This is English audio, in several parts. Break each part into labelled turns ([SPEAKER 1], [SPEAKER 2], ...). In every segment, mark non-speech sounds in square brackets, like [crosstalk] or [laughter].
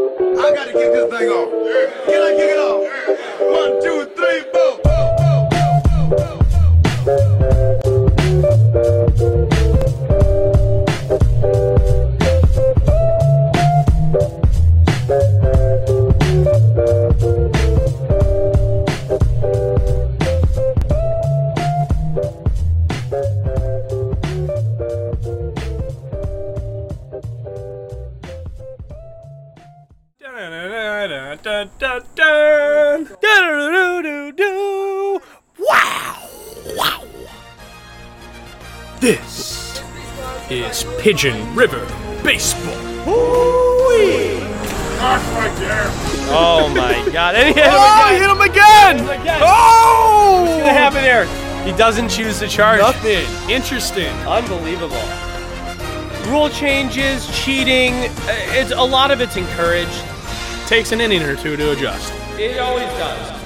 [SPEAKER 1] to get this thing off. Can I kick it off? One, two, three, four.
[SPEAKER 2] Wow! Wow! This is Pigeon River Baseball.
[SPEAKER 3] Oh my god. And he hit him
[SPEAKER 2] Oh,
[SPEAKER 3] again.
[SPEAKER 2] hit him again!
[SPEAKER 3] Hit him again.
[SPEAKER 2] Oh!
[SPEAKER 3] What happened there? He doesn't choose to charge.
[SPEAKER 2] Nothing. Interesting.
[SPEAKER 3] Unbelievable. Rule changes, cheating, uh, it's a lot of it's encouraged.
[SPEAKER 2] Takes an inning or two to adjust.
[SPEAKER 3] It always does.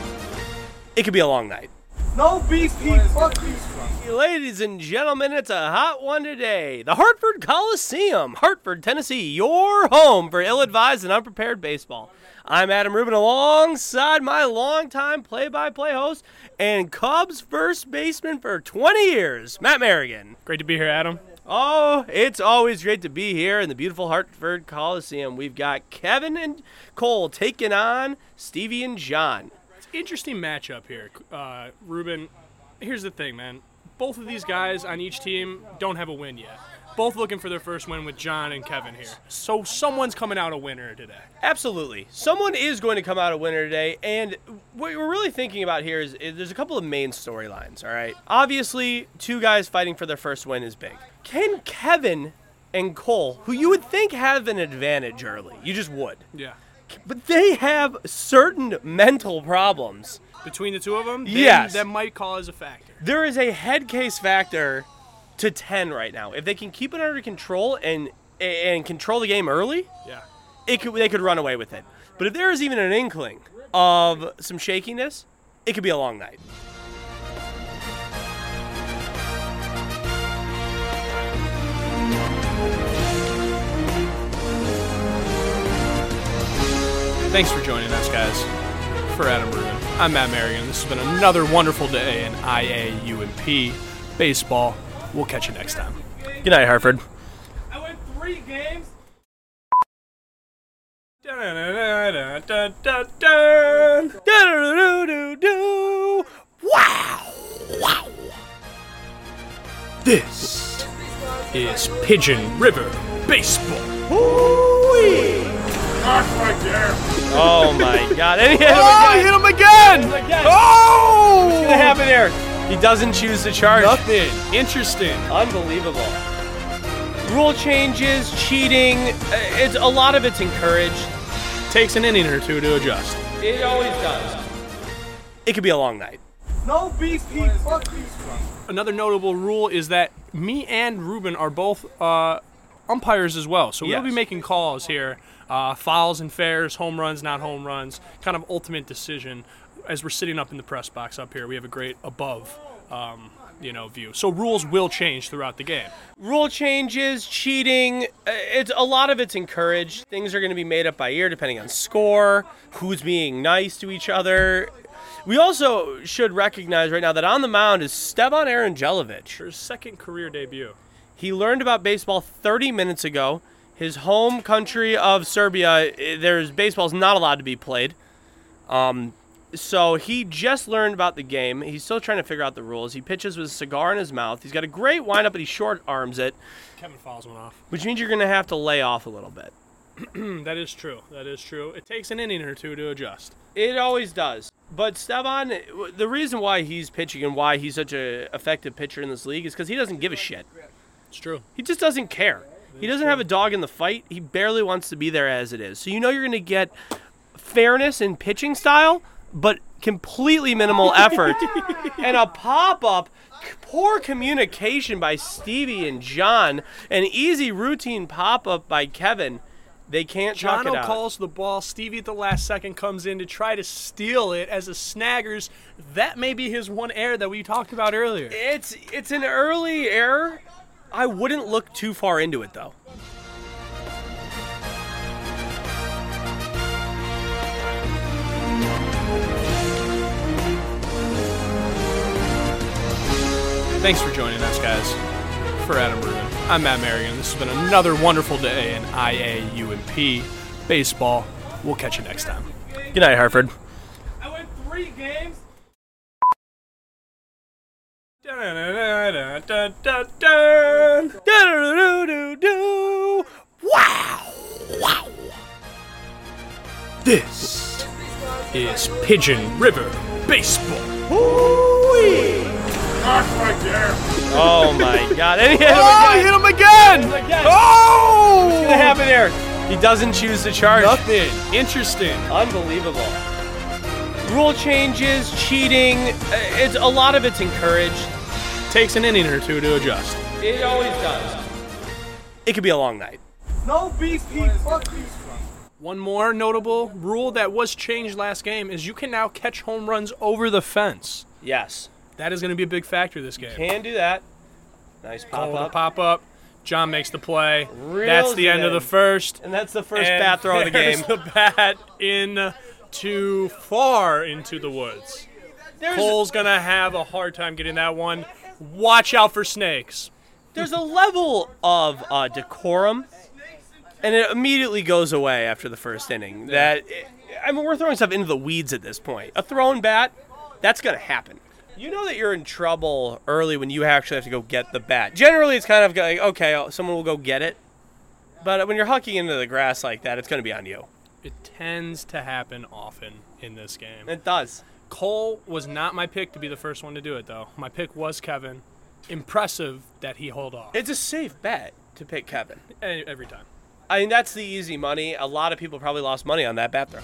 [SPEAKER 3] It could be a long night.
[SPEAKER 4] No BP, fuck
[SPEAKER 3] Ladies and gentlemen, it's a hot one today. The Hartford Coliseum, Hartford, Tennessee, your home for ill advised and unprepared baseball. I'm Adam Rubin alongside my longtime play by play host and Cubs first baseman for 20 years, Matt Merrigan.
[SPEAKER 2] Great to be here, Adam.
[SPEAKER 3] Oh, it's always great to be here in the beautiful Hartford Coliseum. We've got Kevin and Cole taking on Stevie and John.
[SPEAKER 2] interesting matchup here, uh, Ruben. Here's the thing, man. Both of these guys on each team don't have a win yet. Both looking for their first win with John and Kevin here. So someone's coming out a winner today.
[SPEAKER 3] Absolutely. Someone is going to come out a winner today. And what we're really thinking about here is, is there's a couple of main storylines, all right? Obviously, two guys fighting for their first win is big. Can Kevin and Cole, who you would think have an advantage early, you just would,
[SPEAKER 2] Yeah.
[SPEAKER 3] but they have certain mental problems.
[SPEAKER 2] Between the two of them, then
[SPEAKER 3] Yes.
[SPEAKER 2] that might cause a factor.
[SPEAKER 3] there is a head case factor to 10 right now. If they can keep it under control and and control the game early,
[SPEAKER 2] Yeah.
[SPEAKER 3] it could, they could run away with it. But if there is even an inkling of some shakiness, it could be a long night.
[SPEAKER 2] Thanks for joining us, guys. For Adam Rubin, I'm Matt Merrigan. This has been another wonderful day in IAUMP baseball. We'll catch you next time.
[SPEAKER 3] Good night, Hartford.
[SPEAKER 2] I went three games.
[SPEAKER 3] Wow! Wow!
[SPEAKER 2] This is Pigeon River Baseball.
[SPEAKER 3] Oh my god. And he hit him
[SPEAKER 2] Oh,
[SPEAKER 3] again.
[SPEAKER 2] hit him again!
[SPEAKER 3] Again.
[SPEAKER 2] Oh!
[SPEAKER 3] What happened there? He doesn't choose to charge.
[SPEAKER 2] Nothing. Interesting.
[SPEAKER 3] Unbelievable. Rule changes, cheating, uh, it's a lot of it's encouraged.
[SPEAKER 2] Takes an inning or two to adjust.
[SPEAKER 3] It always does. It could be a long night.
[SPEAKER 4] No BP, fuck
[SPEAKER 2] Another notable rule is that me and Ruben are both uh, umpires as well, so
[SPEAKER 3] Yes.
[SPEAKER 2] we'll be making calls here, uh, fouls and fairs, home runs, not home runs, kind of ultimate decision. As we're sitting up in the press box up here, we have a great above, um, you know, view. So rules will change throughout the game.
[SPEAKER 3] Rule changes, cheating, uh, it's a lot of it's encouraged. Things are going to be made up by ear depending on score, who's being nice to each other. We also should recognize right now that on the mound is Stevan Arangelovich.
[SPEAKER 2] Her second career debut.
[SPEAKER 3] He learned about baseball 30 minutes ago. His home country of Serbia, eh, there's baseball's not allowed to be played. Um, so he just learned about the game. He's still trying to figure out the rules. He pitches with a cigar in his mouth. He's got a great windup, but he short arms it,
[SPEAKER 2] Kevin fouls one off.
[SPEAKER 3] which means you're going to have to lay off a little bit.
[SPEAKER 2] Hmm, That is true. That is true. It takes an inning or two to adjust.
[SPEAKER 3] It always does. But Stevan, eh, the reason why he's pitching and why he's such an effective pitcher in this league is because he doesn't give a shit.
[SPEAKER 2] It's true.
[SPEAKER 3] He just doesn't care. He doesn't have a dog in the fight. He barely wants to be there as it is. So you know you're going to get fairness in pitching style, but completely minimal effort and a pop up. Poor communication by Stevie and John. An easy routine pop up by Kevin. They can't
[SPEAKER 2] John
[SPEAKER 3] chalk it out.
[SPEAKER 2] calls the ball. Stevie at the last second comes in to try to steal it as a snaggers. That may be his one error that we talked about earlier.
[SPEAKER 3] It's it's an early error. I wouldn't look too far into it though.
[SPEAKER 2] Thanks for joining us, guys. For Adam Rubin, I'm Matt Merrigan. This has been another wonderful day in IAUMP baseball. We'll catch you next time.
[SPEAKER 3] Good night, Hartford.
[SPEAKER 4] I went three games.
[SPEAKER 3] Do-do-do-do-do. Wow. Wow.
[SPEAKER 2] This is Pigeon River Baseball.
[SPEAKER 3] Oh my God! And he hit him
[SPEAKER 2] Oh,
[SPEAKER 3] again.
[SPEAKER 2] hit him again!
[SPEAKER 3] Again.
[SPEAKER 2] Oh!
[SPEAKER 3] What happened there? He doesn't choose to charge.
[SPEAKER 2] Nothing. Interesting.
[SPEAKER 3] Unbelievable. Rule changes, cheating. uh, It's a lot of it's encouraged.
[SPEAKER 2] Takes an inning or two to adjust.
[SPEAKER 3] It always does. It could be a long night.
[SPEAKER 4] No BP. Fuck you.
[SPEAKER 2] One more notable rule that was changed last game is you can now catch home runs over the fence.
[SPEAKER 3] Yes.
[SPEAKER 2] That is going to be a big factor this game.
[SPEAKER 3] Can do that. Nice pop
[SPEAKER 2] Over the
[SPEAKER 3] up.
[SPEAKER 2] pop up. John makes the play.
[SPEAKER 3] Reels
[SPEAKER 2] That's the
[SPEAKER 3] it
[SPEAKER 2] end of
[SPEAKER 3] in.
[SPEAKER 2] the first.
[SPEAKER 3] And that's the first
[SPEAKER 2] And
[SPEAKER 3] bat throw of the
[SPEAKER 2] there's
[SPEAKER 3] game.
[SPEAKER 2] The bat in too far into the woods.
[SPEAKER 3] There's,
[SPEAKER 2] Cole's going to have a hard time getting that one. Watch out for snakes.
[SPEAKER 3] there's a level of uh, decorum, and it immediately goes away after the first inning. That I mean, we're throwing stuff into the weeds at this point. A thrown bat, that's going to happen. You know that you're in trouble early when you actually have to go get the bat. Generally, it's kind of like okay, uh, someone will go get it, but when you're hucking into the grass like that, it's going to be on you.
[SPEAKER 2] It tends to happen often in this game.
[SPEAKER 3] It does.
[SPEAKER 2] Cole was not my pick to be the first one to do it, though. My pick was Kevin. Impressive that he held off
[SPEAKER 3] It's a safe bet to pick Kevin.
[SPEAKER 2] E- every time.
[SPEAKER 3] I mean, that's the easy money. A lot of people probably lost money on that bat throw.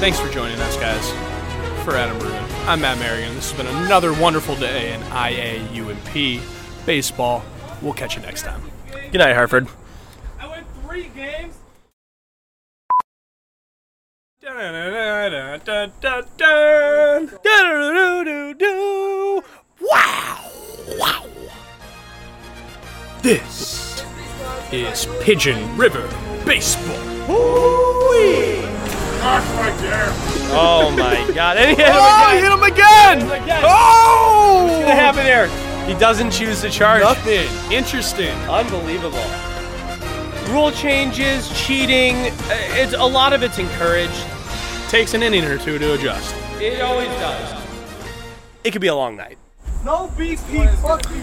[SPEAKER 2] Thanks for joining us, guys. For Adam Rubin, I'm Matt Merrigan. This has been another wonderful day in IAUMP baseball. We'll catch you next time.
[SPEAKER 3] Good night, Hartford.
[SPEAKER 4] I went three games.
[SPEAKER 3] Do-do-do-do-do. Wow. Wow.
[SPEAKER 2] This is Pigeon River Baseball.
[SPEAKER 3] Oh
[SPEAKER 2] [laughs]
[SPEAKER 3] my God! And he hit him
[SPEAKER 2] Oh,
[SPEAKER 3] again.
[SPEAKER 2] hit him again!
[SPEAKER 3] Again.
[SPEAKER 2] Oh!
[SPEAKER 3] What happened there? He doesn't choose to charge.
[SPEAKER 2] Nothing. Interesting.
[SPEAKER 3] Unbelievable. Rule changes, cheating. uh, It's a lot of it's encouraged.
[SPEAKER 2] Takes an inning or two to adjust.
[SPEAKER 3] It always does. It could be a long night.
[SPEAKER 4] No BP. Fuck you.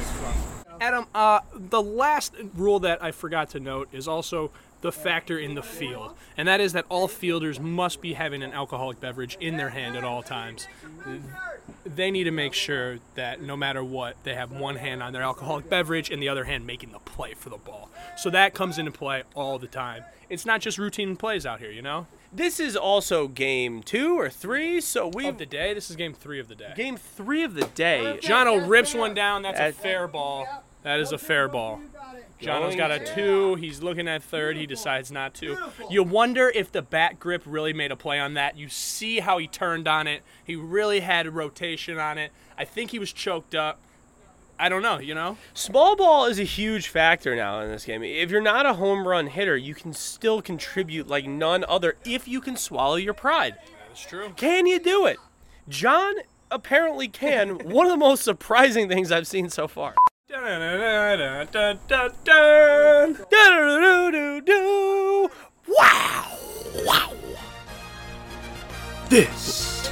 [SPEAKER 2] Adam, uh, the last rule that I forgot to note is also the factor in the field, and that is that all fielders must be having an alcoholic beverage in their hand at all times. They need to make sure that no matter what, they have one hand on their alcoholic beverage and the other hand making the play for the ball. So that comes into play all the time. It's not just routine plays out here, you know?
[SPEAKER 3] This is also game two or three, so we
[SPEAKER 2] Of the day, this is game three of the day.
[SPEAKER 3] game three of the day.
[SPEAKER 2] Jono rips one down. That's a
[SPEAKER 3] That's-
[SPEAKER 2] fair ball. That is a fair ball. Jono's
[SPEAKER 3] Going
[SPEAKER 2] got a
[SPEAKER 3] to-
[SPEAKER 2] two. He's looking at third. He decides not to. You wonder if the bat grip really made a play on that. You see how he turned on it. He really had a rotation on it. I think he was choked up. I don't know, you know?
[SPEAKER 3] Small ball is a huge factor now in this game. If you're not a home run hitter, you can still contribute like none other if you can swallow your pride.
[SPEAKER 2] That's true.
[SPEAKER 3] Can you do it? John apparently
[SPEAKER 2] [laughs]
[SPEAKER 3] can. One of the most surprising things I've seen so far. Do-do-do-do-do. Wow! Wow!
[SPEAKER 2] This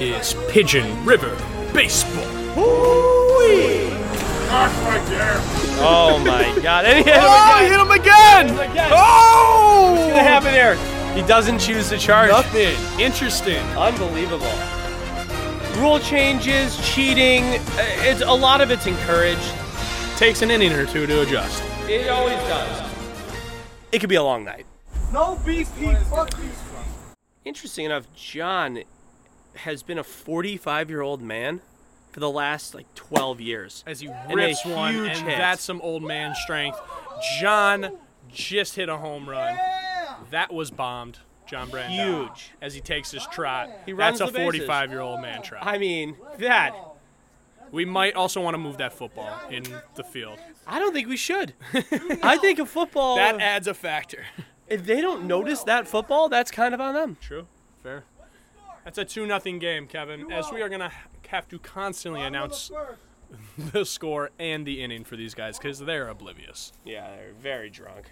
[SPEAKER 2] is Pigeon River Baseball.
[SPEAKER 3] Oh my god. And he hit him
[SPEAKER 2] Oh,
[SPEAKER 3] again.
[SPEAKER 2] hit him again!
[SPEAKER 3] Again.
[SPEAKER 2] Oh!
[SPEAKER 3] What happened there? He doesn't choose to charge.
[SPEAKER 2] Nothing. Interesting.
[SPEAKER 3] Unbelievable. Rule changes, cheating, uh, it's a lot of it's encouraged.
[SPEAKER 2] Takes an inning or two to adjust.
[SPEAKER 3] It always does. It could be a long night.
[SPEAKER 4] No BP. Fuck you.
[SPEAKER 3] Interesting enough, John has been a 45 year old man for the last like 12 years.
[SPEAKER 2] as he
[SPEAKER 3] a
[SPEAKER 2] rips one,
[SPEAKER 3] huge
[SPEAKER 2] and
[SPEAKER 3] hit.
[SPEAKER 2] that's some old man strength. John just hit a home run. That was bombed. John Brandon.
[SPEAKER 3] Huge.
[SPEAKER 2] As he takes his trot.
[SPEAKER 3] runs
[SPEAKER 2] that's a
[SPEAKER 3] the bases.
[SPEAKER 2] 45 year old man trot.
[SPEAKER 3] I mean, that
[SPEAKER 2] We might also want to move that football in the field.
[SPEAKER 3] I don't think we should. [laughs] I think a football.
[SPEAKER 2] That adds a factor.
[SPEAKER 3] if they don't notice that football, that's kind of on them.
[SPEAKER 2] True. Fair. That's a 2 nothing game, Kevin, as we are going to have to constantly announce the score and the inning for these guys because they're oblivious.
[SPEAKER 3] Yeah, they're very drunk.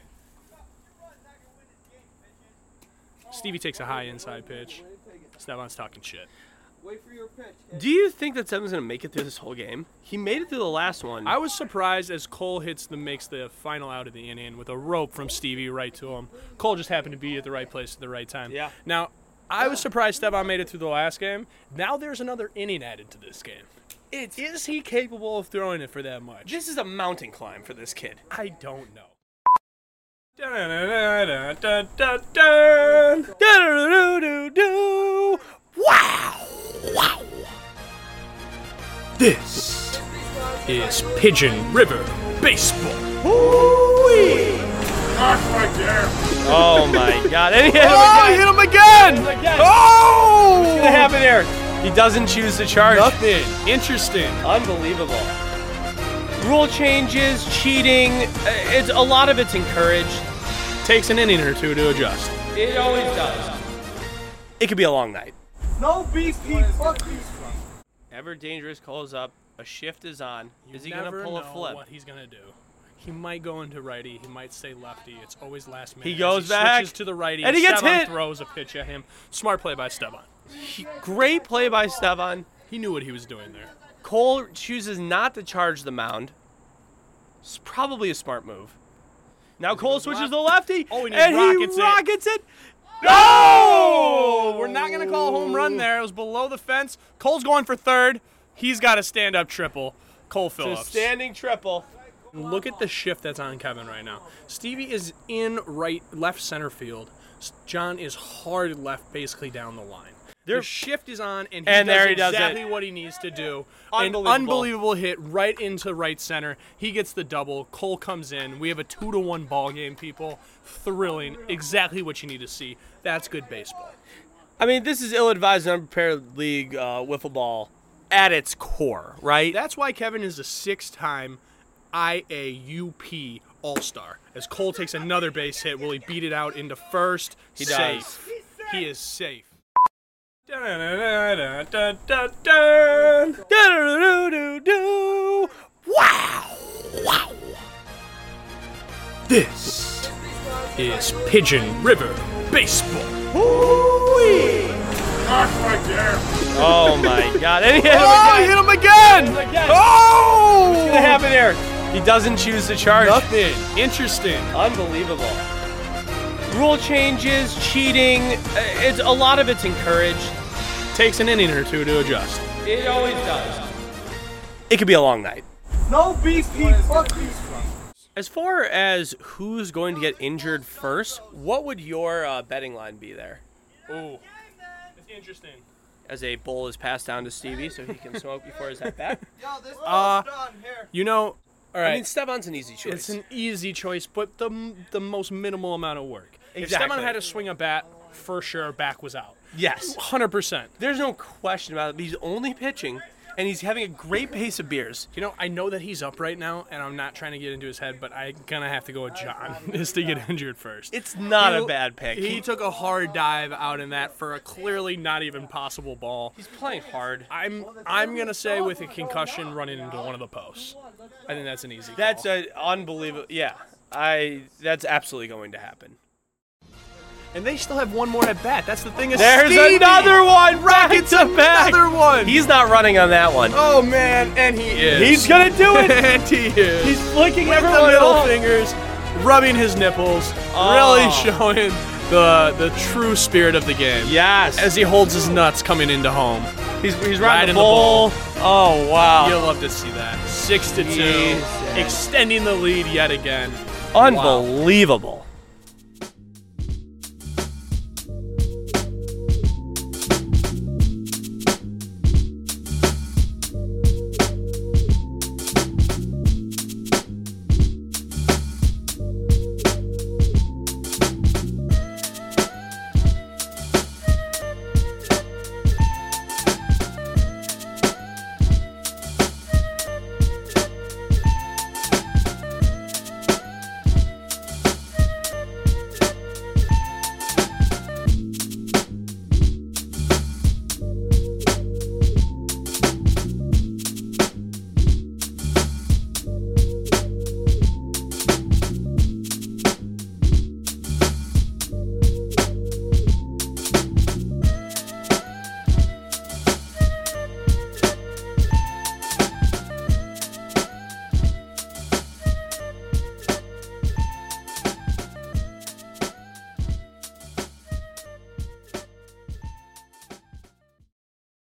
[SPEAKER 2] Stevie takes a high inside pitch. Stevan's talking shit.
[SPEAKER 4] Wait for your pitch. kid.
[SPEAKER 3] Do you think that Seven's gonna make it through this whole game? He made it through the last one.
[SPEAKER 2] I was surprised as Cole hits the makes the final out of the inning with a rope from Stevie right to him. Cole just happened to be at the right place at the right time.
[SPEAKER 3] Yeah.
[SPEAKER 2] Now, I was surprised Stevan made it through the last game. Now there's another inning added to this game.
[SPEAKER 3] it's,
[SPEAKER 2] Is he capable of throwing it for that much?
[SPEAKER 3] this is a mountain climb for this kid.
[SPEAKER 2] I don't know. Wow! Wow! This is Pigeon River Baseball.
[SPEAKER 3] [laughs] Oh my god! And he hit him
[SPEAKER 2] Oh,
[SPEAKER 3] again.
[SPEAKER 2] hit him again!
[SPEAKER 3] Again.
[SPEAKER 2] Oh!
[SPEAKER 3] What happened there? He doesn't choose to charge.
[SPEAKER 2] Nothing. Interesting.
[SPEAKER 3] Unbelievable. Rule changes, cheating. uh, It's a lot of it's encouraged.
[SPEAKER 2] Takes an inning or two to adjust.
[SPEAKER 3] It always does. It could be a long night.
[SPEAKER 4] No BP, fuck you.
[SPEAKER 3] Ever dangerous calls up. A shift is on. is he gonna
[SPEAKER 2] Never
[SPEAKER 3] pull
[SPEAKER 2] know
[SPEAKER 3] a flip?
[SPEAKER 2] What he's gonna do? He might go into righty. He might stay lefty. It's always last minute.
[SPEAKER 3] He
[SPEAKER 2] As
[SPEAKER 3] goes back,
[SPEAKER 2] switches to the righty,
[SPEAKER 3] and he gets
[SPEAKER 2] Esteban
[SPEAKER 3] hit.
[SPEAKER 2] Throws a pitch at him. Smart play by Esteban.
[SPEAKER 3] Great play by Stevan.
[SPEAKER 2] He knew what he was doing there.
[SPEAKER 3] Cole chooses not to charge the mound. It's probably a smart move. Now Cole switches to the lefty,
[SPEAKER 2] Oh, and he
[SPEAKER 3] and
[SPEAKER 2] rockets
[SPEAKER 3] he
[SPEAKER 2] it.
[SPEAKER 3] rockets it.
[SPEAKER 2] Oh, we're not gonna call a home run there. It was below the fence. Cole's going for third. He's got a stand-up triple. Cole
[SPEAKER 3] A
[SPEAKER 2] Phillips.
[SPEAKER 3] standing triple.
[SPEAKER 2] Look at the shift that's on Kevin right now. Stevie is in right left center field. S- John is hard left, basically down the line. Their
[SPEAKER 3] They're-
[SPEAKER 2] shift is on, and he does
[SPEAKER 3] And there he does it.
[SPEAKER 2] exactly what he needs to do.
[SPEAKER 3] Unbelievable.
[SPEAKER 2] An unbelievable hit right into right center. He gets the double. Cole comes in. We have a two to one ball game, people. Thrilling. Exactly what you need to see. That's good baseball.
[SPEAKER 3] I mean, this is ill-advised, and unprepared league uh, wiffle ball at its core, right?
[SPEAKER 2] That's why Kevin is a six-time IAUP All-Star. As Cole takes another base hit, will he beat it out into first? He
[SPEAKER 3] does.
[SPEAKER 2] safe. He is safe. Dun-dun-dun-dun-dun-dun.
[SPEAKER 3] Du-du-du-du-du. Wow! Wow!
[SPEAKER 2] This is Pigeon River Baseball.
[SPEAKER 3] Oh
[SPEAKER 2] [laughs]
[SPEAKER 3] my God! And he hit him
[SPEAKER 2] Oh,
[SPEAKER 3] again.
[SPEAKER 2] hit him again!
[SPEAKER 3] Again.
[SPEAKER 2] Oh!
[SPEAKER 3] What happened there? He doesn't choose to charge.
[SPEAKER 2] Nothing. Interesting.
[SPEAKER 3] Unbelievable. Rule changes, cheating. uh, It's a lot of it's encouraged.
[SPEAKER 2] Takes an inning or two to adjust.
[SPEAKER 3] It always does. It could be a long night.
[SPEAKER 4] No BP, fuck you.
[SPEAKER 3] As far as who's going to get injured first, what would your uh, betting line be there?
[SPEAKER 2] Ooh. It's interesting.
[SPEAKER 3] As a bowl is passed down to Stevie so he can smoke before his at bat.
[SPEAKER 4] Yo, this
[SPEAKER 2] Uh,
[SPEAKER 4] ball's done here.
[SPEAKER 2] You know, [laughs] all right.
[SPEAKER 3] I mean, Stevan's an easy choice.
[SPEAKER 2] It's an easy choice, but the the most minimal amount of work. If
[SPEAKER 3] Exactly.
[SPEAKER 2] Stepan had to swing a bat, for sure, back was out.
[SPEAKER 3] yes.
[SPEAKER 2] Hundred percent.
[SPEAKER 3] There's no question about it. He's only pitching, and he's having a great pace of beers.
[SPEAKER 2] You know, I know that he's up right now, and I'm not trying to get into his head, but I'm gonna have to go with John [laughs] is to get injured first.
[SPEAKER 3] It's not
[SPEAKER 2] You-
[SPEAKER 3] a bad pick.
[SPEAKER 2] He
[SPEAKER 3] He,
[SPEAKER 2] took a hard dive out in that for a clearly not even possible ball.
[SPEAKER 3] he's playing hard.
[SPEAKER 2] I'm I'm gonna say with a concussion running into one of the posts. I think that's an easy.
[SPEAKER 3] That's
[SPEAKER 2] call.
[SPEAKER 3] a unbelievable. Yeah, I. That's absolutely going to happen.
[SPEAKER 2] and they still have one more at bat. That's the thing. Is
[SPEAKER 3] There's
[SPEAKER 2] Stevie!
[SPEAKER 3] another one. Rockets a back.
[SPEAKER 2] Another one.
[SPEAKER 3] He's not running on that one.
[SPEAKER 2] oh man, and he is.
[SPEAKER 3] He's gonna do
[SPEAKER 2] [laughs]
[SPEAKER 3] it.
[SPEAKER 2] and he is.
[SPEAKER 3] He's flicking
[SPEAKER 2] with
[SPEAKER 3] everyone
[SPEAKER 2] the middle
[SPEAKER 3] off.
[SPEAKER 2] fingers, rubbing his nipples, really
[SPEAKER 3] Oh.
[SPEAKER 2] showing the the true spirit of the game.
[SPEAKER 3] Yes.
[SPEAKER 2] As he holds his nuts coming into home.
[SPEAKER 3] he's he's
[SPEAKER 2] riding
[SPEAKER 3] riding
[SPEAKER 2] the
[SPEAKER 3] the ball. Oh wow.
[SPEAKER 2] You'll love to see that. Six to two,
[SPEAKER 3] Jesus.
[SPEAKER 2] extending the lead yet again.
[SPEAKER 3] Unbelievable.